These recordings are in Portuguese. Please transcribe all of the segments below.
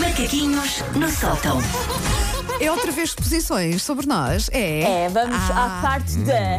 Macaquinhos no sótão. É outra vez exposições sobre nós. É. É, vamos Ah. à parte da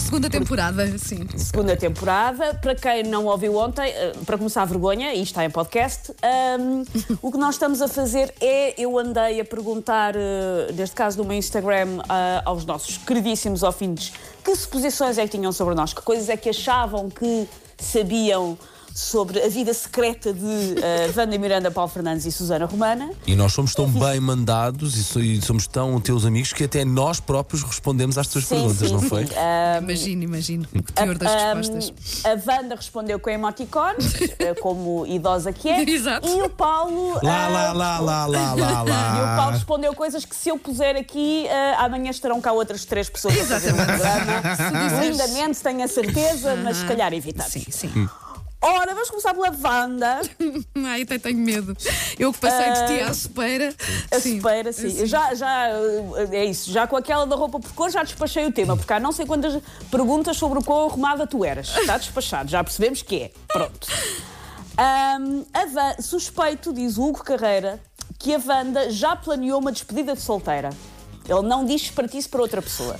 Segunda temporada, sim. segunda temporada. Para quem não ouviu ontem, eh, para começar a vergonha, e está em podcast, ahm, o que nós estamos a fazer é, eu andei a perguntar, eh, neste caso no meu Instagram, ah, aos nossos queridíssimos ouvintes, que suposições é que tinham sobre nós, que coisas é que achavam que sabiam sobre a vida secreta de eh, Wanda Miranda, Paulo Fernandes e Susana Romana. E nós somos tão bem mandados e so- e somos tão teus amigos que até nós próprios respondemos às tuas perguntas, não foi? Ah, Imagino, imagino. Hum. O teor das respostas. Ehm, A Wanda respondeu com emoticons, eh, como idosa que é. Exato. E o Paulo. Lá, ah, lá, lá, lá, lá, E lá, o Paulo lá. respondeu coisas que se eu puser aqui, ah, amanhã estarão cá outras três pessoas a fazer o programa. Se disseres- Lindamente, tenho a certeza, mas se calhar evitamos. Sim, sim. Ora, vamos começar pela Wanda. Hum. Ai, até tenho medo. Eu que passei de ti à sopeira. A Sim. supera, Ah, sim. Eu Já, já, eh, é isso. Já com aquela da roupa por cor, já despachei o tema, porque há não sei quantas perguntas sobre o quão arrumada tu eras. Está despachado, já percebemos que é. Pronto. Ahm, a Van- suspeito, diz o Hugo Carreira, que a Wanda já planeou uma despedida de solteira. Ele não diz para ti, isso para outra pessoa.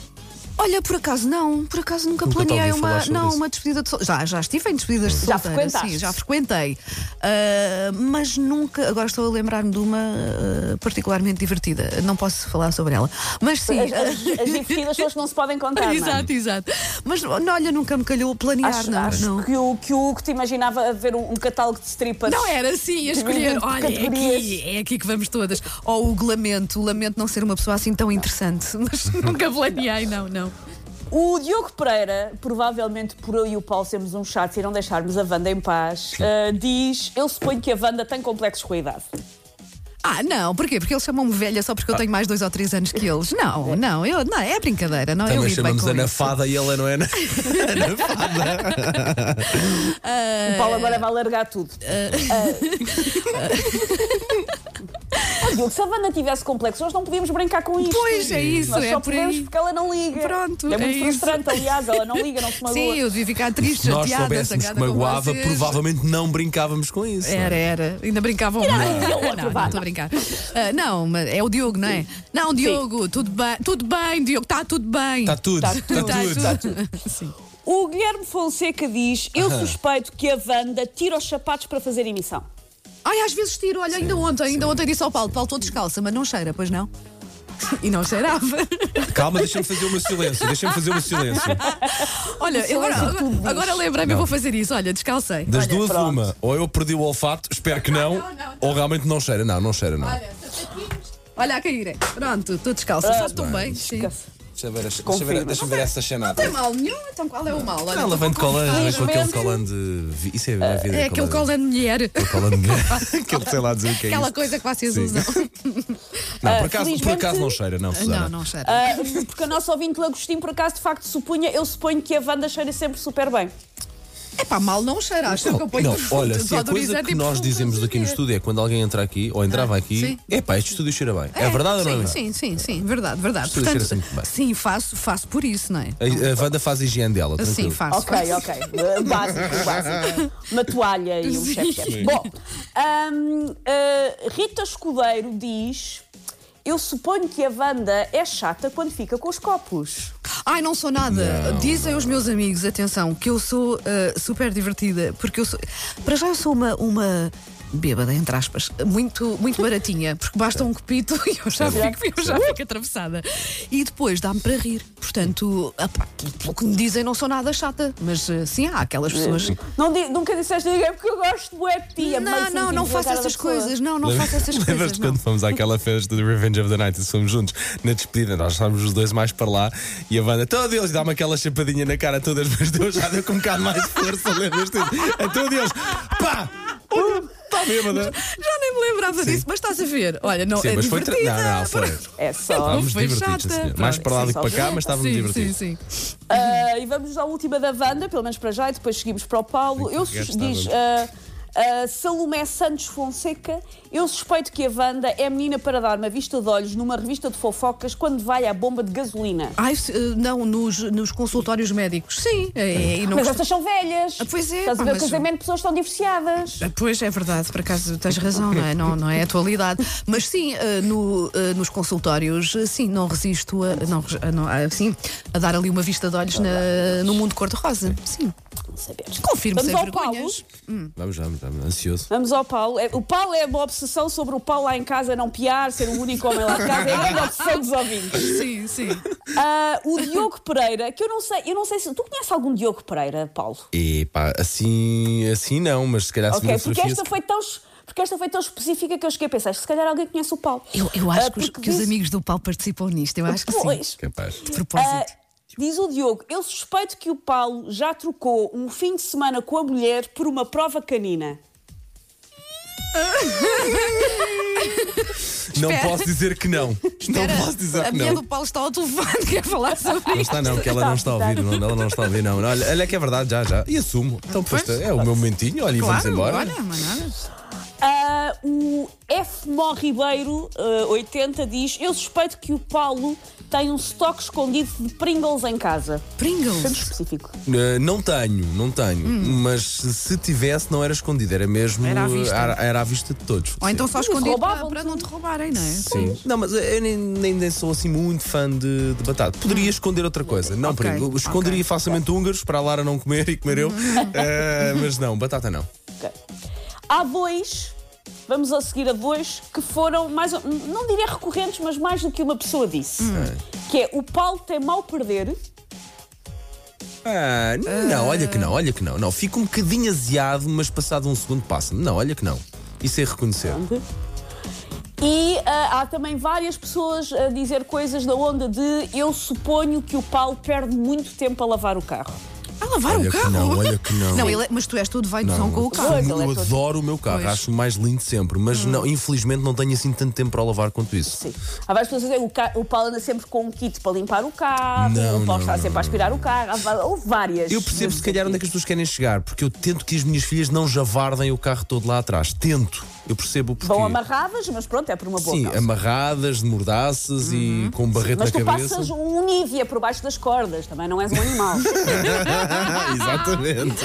Olha, por acaso não, por acaso nunca, Nunca te planeei ouvi falar uma, sobre não, isso. uma despedida de sol- já, já estive em despedidas de Já solteira, sim, frequentaste? já frequentei. Ah, mas nunca, agora estou a lembrar-me de uma ah, particularmente divertida, não posso falar sobre ela. Mas sim, As, as, ah, as divertidas pessoas não se podem contar, não é? exato, exato. Mas não, olha, nunca me calhou planear, Acho, não, acho não. Que, o, que o Hugo te imaginava a ver um, um catálogo de strippers. Não era assim, a escolher. de Olha, é aqui, categorias. é aqui que vamos todas. Ou o lamento, o lamento não ser uma pessoa assim tão interessante, mas nunca planeei, não, não. O Diogo Pereira, provavelmente por eu e o Paulo sermos um chato e não deixarmos a Wanda em paz, ah, diz: Eu suponho que a Wanda tem complexos com a idade. Ah, não, porquê? Porque eles chamam-me velha só porque eu tenho mais dois ou três anos que eles. Não, não, eu, não é brincadeira, não eu Também lido bem chamamos com Ana isso. Fada e ela não é Ana Ana Fada. Eh, O Paulo agora vai largar tudo. Eh, Ah. Oh, Diogo, se a Wanda tivesse complexos, nós não podíamos brincar com isto. Pois é isso, Nós é só por podemos aí. porque ela não liga. Pronto, é muito é isso. frustrante, aliás, ela não liga, não se magoa. Sim, eu devia ficar triste, Se nós chateada, soubéssemos que zangada com magoava, vocês. É. provavelmente não brincávamos com isso. Era, era. Ainda brincavam mais. havia outro, Não, não, vá. estou a brincar. Ah, não, mas é o Diogo, não é? Não, Diogo, tudo bem. Tudo bem, Diogo, está tudo bem. Está tudo, está tudo, Tá está tudo. Sim. O Guilherme Fonseca diz: Eu suspeito que a Wanda tira os sapatos para fazer emissão. Ai, às vezes tiro, olha, ainda ontem, ainda ontem disse ao Paulo, Paulo, estou descalça, mas não cheira, pois não? E não cheirava. Calma, deixa-me fazer o meu silêncio. Deixa-me fazer o meu silêncio. Olha, eu agora, agora lembrei-me, eu vou fazer isso. Olha, descalcei. Das Olha, duas, pronto. uma. Ou eu perdi o olfato, espero que não, Não, não, não. ou realmente não cheira. Não, não cheira, não. Olha, sapatinhos. Olha a caírem. Pronto, estou descalça. Ah, Estás tão bem? Sim. Não Deixa eu ver, deixa eu ver, Confirma. deixa eu ver essa chanada. tem mal nenhum, então qual é o mal? Olha, Ela estou vem de colã, com aquele Felizmente- colã de. vi- Isso é a vida. com- É aquele cola de mulher. Colã de. Aquele, sei lá dizer o que é Aquela isso. coisa que vocês Sim. usam. Não, Ah, por acaso, por felizmente- acaso não cheira, não, Susana. Não, não cheira. Ah, porque o nosso ouvinte Lagostinho, por acaso, de facto, supunha, eu suponho que a Wanda cheira sempre super bem. É pá, mal não cheira. Acho que eu ponho Não, perfume, olha, se a coisa desodorizante que e nós perfume dizemos todos os aqui no dias. estúdio é quando alguém entra aqui ou entrava aqui, Ah, sim. é pá, este estúdio cheira bem. É É, verdade ou não é? verdade? Sim, sim, sim, verdade, verdade. Isto cheira sempre assim bem. sim, faço, faço por isso, não é? A, a Wanda faz a higiene dela, Sim, tranquilo. faço. Ok, ok. Uh, Básico, básico. Uma toalha e um Sim. chefe. Bom, ahm, ah, Rita Escudeiro diz: Eu suponho que a Wanda é chata quando fica com os copos. Ai, não sou nada. Dizem os meus amigos, atenção, que eu sou ah, super divertida, porque eu sou. Para já eu sou uma. uma... Bêbada, entre aspas, muito, muito baratinha, porque basta um copito e eu já fico, eu já fico atravessada. E depois dá-me para rir. Portanto, apá, pelo que me dizem, não sou nada chata, mas ah, sim, há aquelas pessoas. Não, di- nunca disseste a ninguém "É porque eu gosto de bué de ti. É meio Não, não, sentido não na faço cara da essas pessoa. coisas, não, não faço essas coisas. Lembras-te Não. quando fomos àquela festa do Revenge of the Night e fomos juntos na despedida? Nós estávamos os dois mais para lá e a banda, todo Deus, e dá-me aquela chapadinha na cara a todas, mas Deus já deu com um bocado mais de força, lembras-te? A todo Deus, pá! Está bêbada! Já nem me lembrava disso, mas estás a ver. Olha, não Sim, é mas foi. tra- divertida. Não, não, foi. É só. Estávamos foi divertidos, sim, chata. senhor. Mais para lá do que para cá, mas estávamos sim, divertidos. Sim, sim. Ah, e vamos à última da Wanda, pelo menos para já, e depois seguimos para o Paulo. Eu Sim, sus- gastávamos. diz. ah, Uh, Salomé Santos Fonseca, eu suspeito que a Wanda é a menina para dar uma vista de olhos numa revista de fofocas quando vai à bomba de gasolina. Ai, se- eh, não, nos, nos consultórios médicos. Sim. eh, e não Mas gosto- estas são velhas. Ah, pois é, Estás pá, a ver o mas- casamento de pessoas que estão divorciadas. Ah, Pois é verdade, por acaso tens razão, não é, não, não é atualidade. Mas sim, eh, no, eh, nos consultórios, eh, sim, não resisto a, não, res- a, não- a- sim, a dar ali uma vista de olhos na- no mundo cor-de-rosa. Sim. Saberes. Confirmo Vamos sem ao vergonhas. Vamos, vamos, vamos, ansioso. Vamos ao Paulo. É- O Paulo é uma obsessão sobre o Paulo lá em casa não piar, ser o único homem lá de casa. É a grande obsessão dos ouvintes. Sim, sim. Ah, o Diogo Pereira, que eu não sei, eu não sei se. Tu conheces algum Diogo Pereira, Paulo? E pá, assim, assim não, mas se calhar se Ok, uma porque fotografia. esta foi tão. es- Porque esta foi tão específica que eu cheguei a pensar, se calhar alguém conhece o Paulo. Eu, eu acho Ah, que, os, porque que os diz- amigos do Paulo participam nisto, eu acho que é sim. Pois. Capaz. De Ah, propósito. diz o Diogo, eu suspeito que o Paulo já trocou um fim de semana com a mulher por uma prova canina. Não Espera. posso dizer que não. Não posso dizer a que minha não. do Ah, Paulo está ao telefone, quer falar sobre Não está, não, que ela não está a ouvir, não, ela não está a ouvir, não. Não, Olha, olha que é verdade, já, já. E assumo. Então, Pois. pois, é o meu momentinho, olha, e Claro, vamos embora. olha, mas nada. Ah, o F. Mó Ribeiro, ah, 80, diz: Eu suspeito que o Paulo tem um estoque escondido de Pringles em casa. Foi muito Pringles. específico. Uh, não tenho, não tenho. Mas se se tivesse, não era escondido, era mesmo. Hum. Era à vista. Era, era à vista de todos. Ou então só Mas escondido para, roubavam-te. para não te roubarem, não é? Sim. Não, mas eu nem, nem, nem sou assim muito fã de, de batata. Poderia esconder outra coisa. Não, Ok, perigo. Esconderia ok. facilmente húngaros para a Lara não comer e comer eu. Eh, mas não, batata não. Ok. Há dois, vamos a seguir a dois, que foram mais, ou- não diria recorrentes, mas mais do que uma pessoa disse: que é o Paulo tem mal perder. Ah, n- não, olha que não, olha que não. Não, fico um bocadinho aziado, mas passado um segundo passa. me Não, olha que não. Isso é reconhecer. E ah, há também várias pessoas a dizer coisas da onda de eu suponho que o Paulo perde muito tempo a lavar o carro. A lavar Olha o que carro? não, olha que não. Não, ele é- mas tu és todo vai Não, com o eu- carro. Pois, Eu, ele é todo- adoro o meu carro, Pois. acho o mais lindo sempre, mas não, infelizmente não tenho assim tanto tempo para o lavar quanto isso. Sim. Há várias pessoas a dizer o, ca- o Paulo anda sempre com um kit para limpar o carro, Não, o não, Paulo está não, sempre a aspirar o carro, há va- houve várias. Eu percebo se calhar onde é que as pessoas querem chegar, porque eu tento que as minhas filhas não javardem o carro todo lá atrás. Tento. Eu percebo porque. Vão amarradas, mas pronto, é por uma boa Sim, causa. amarradas, de mordaças e com barrete Mas na tu cabeça. passas um Nívia por baixo das cordas, também não és um animal. Exatamente.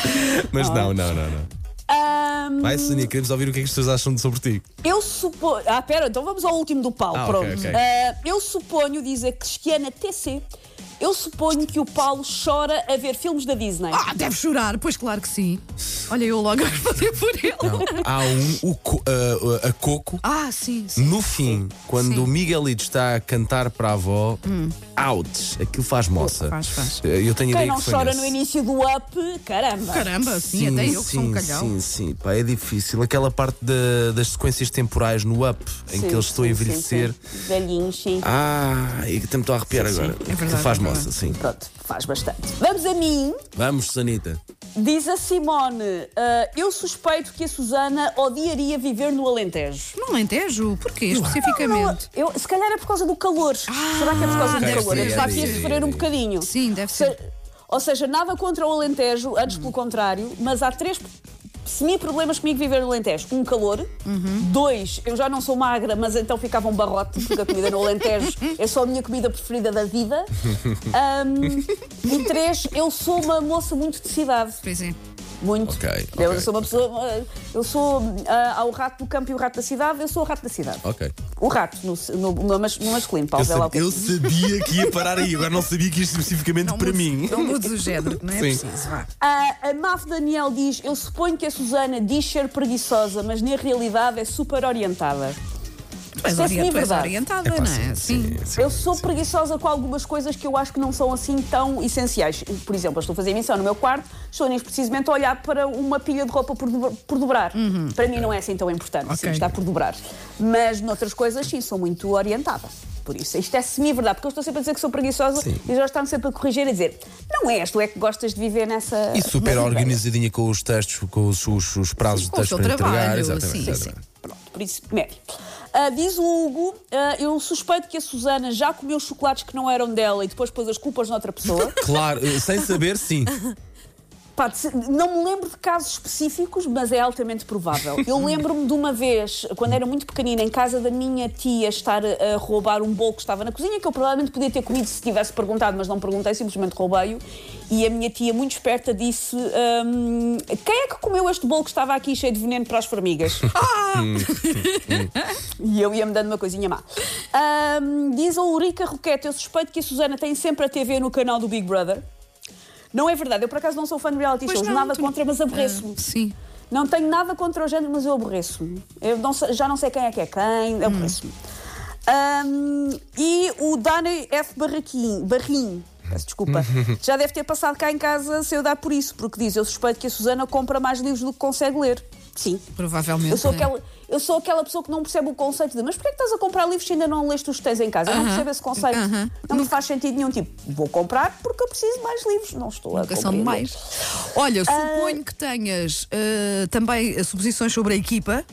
Mas não, não, não, não. Ahm, Vai, Sonia, queremos ouvir o que é que as pessoas acham de sobre ti. eu suponho. Ah, pera, então vamos ao último do Paulo, Ah, ok, pronto. ok. Ah, eu suponho, diz a Cristiana TC, eu suponho que o Paulo chora a ver filmes da Disney. Ah, deve chorar, pois claro que sim. Olha, eu logo a responder por ele. Há um, o co- a- a- a Coco, Ah, sim, sim. No fim, quando Sim. o Miguelito está a cantar para a avó, outs, aquilo faz moça. Eh, Faz, faz. Eu tenho ideia Quem não que foi chora nesse. no início do up, caramba. Caramba, sim, até eu que sou um calhau. Sim, sim, pá, é difícil. Aquela parte da- das sequências temporais no up, em Sim, que eles estão a sim, sim, envelhecer. sim. Velhinhos, sim. Ah, e que me estou a arrepiar agora. é verdade, Aquilo faz é moça, sim. Pronto, faz bastante. Vamos a mim, Vamos, Sanita. diz a Simone. "Ah, eu suspeito que a Susana odiaria viver no Alentejo. No Alentejo, porquê especificamente? Eu, se calhar é por causa do calor. Ah, Será que é por causa do deve calor? ser, Ele está aqui a deve ser. sofrer um bocadinho. Sim, deve Se- ser. ou seja, nada contra o Alentejo, antes pelo contrário, mas há três semi-problemas comigo viver no Alentejo. Um, calor. Dois, eu já não sou magra, mas então ficava um barrote, porque a comida no Alentejo é só a minha comida preferida da vida. Ahm, e três, eu sou uma moça muito de cidade. Pois é. Muito. Ok, eu ok. sou uma pessoa. ah, Eu sou. ah, há o rato do campo e o rato da cidade, eu sou o rato da cidade. Ok. O rato, no, no, no mas- no masculino, Paulo, Eu, vê lá o sab- que é. eu sabia que ia parar aí, agora não sabia que isto especificamente Não para mudes- mim. Não mudes o género, não é Sim. preciso, vá. Ah, a Maf Daniel diz: Eu suponho que a Susana diz ser preguiçosa, mas na realidade é super orientada. Tu és, Isso é ori- um tu és verdade. orientada, Epá, não é? Sim. sim. Eu sou preguiçosa com algumas coisas que eu acho que não são assim tão essenciais. Por exemplo, eu estou a fazer emissão no meu quarto, estou neste precisamente a olhar para uma pilha de roupa por, do- por dobrar. Uhum. Para mim não é assim tão importante, Ok. sim, está por dobrar. Mas noutras coisas, sim, sou muito orientada. Por isso, isto é semi-verdade, porque eu estou sempre a dizer que sou preguiçosa Sim. e já estão sempre a corrigir e dizer: não és, tu é que gostas de viver nessa. E nessa super ideia." organizadinha com os textos, com os, os- os prazos de com o texto seu para entregar. trabalho, Exatamente, sim, exatamente. Pronto, por isso, médio. Ah, diz o Hugo, ah, eu suspeito que a Susana já comeu chocolates que não eram dela e depois pôs as culpas noutra pessoa. Claro, eh, sem saber, sim. Pá, de se- não me lembro de casos específicos, mas é altamente provável. Eu lembro-me de uma vez, quando era muito pequenina, em casa da minha tia, estar a roubar um bolo que estava na cozinha, que eu provavelmente podia ter comido se tivesse perguntado, mas não perguntei, simplesmente roubei-o. E a minha tia, muito esperta, disse: "Hum, Quem é que comeu este bolo que estava aqui cheio de veneno para as formigas? E eu ia-me dando uma coisinha má. Ahm, diz a Ulrica Roquete: Eu suspeito que a Susana tem sempre a TV no canal do Big Brother. Não é verdade, eu por acaso não sou fã de reality Pois shows, não, Ah. nada tu- contra, mas aborreço-me. Sim. Não tenho nada contra o género, mas eu aborreço-me. Eu não sei- já não sei quem é que é Hum. quem, aborreço-me. Ahm, e o Dani F. Barraquim, Barrim, peço desculpa, já deve ter passado cá em casa se eu dar por isso, porque diz: Eu suspeito que a Susana compra mais livros do que consegue ler. Sim. Provavelmente. Eu sou, né? aquela, eu sou aquela pessoa que não percebe o conceito de mas porquê é que estás a comprar livros se ainda não leste os que tens em casa? Eu não Aham. percebo esse conceito. Aham. Não me faz sentido nenhum. Tipo, vou comprar porque eu preciso de mais livros. Não estou a Nunca são compreender. demais. Olha, suponho que tenhas ah, também ah, suposições sobre a equipa.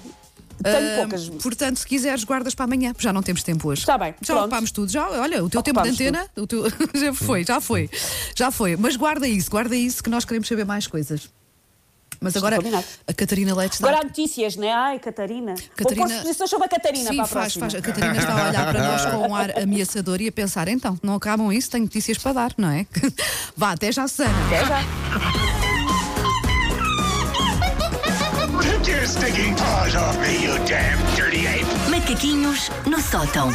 Tenho Ah, poucas. Portanto, se quiseres, guardas para amanhã, porque já não temos tempo hoje. Está bem, Já pronto. ocupámos tudo. Já, olha, o teu tempo de Ocupámos antena o teu- já foi, já foi. Já foi. Mas guarda isso, guarda isso, que nós queremos saber mais coisas. Mas agora combinado. a Catarina Leite está. Agora há notícias, né? Ai, Catarina. Catarina- Vou pôr suposições sobre a Catarina Sim, para a faz, próxima. faz. A Catarina está a olhar para nós com um ar ameaçador e a pensar, então, não acabam isso, tenho notícias para dar, não é? Vá, até já, Susana. Até já. Take your stinking paws off me, you damn dirty ape! Macaquinhos no sótão.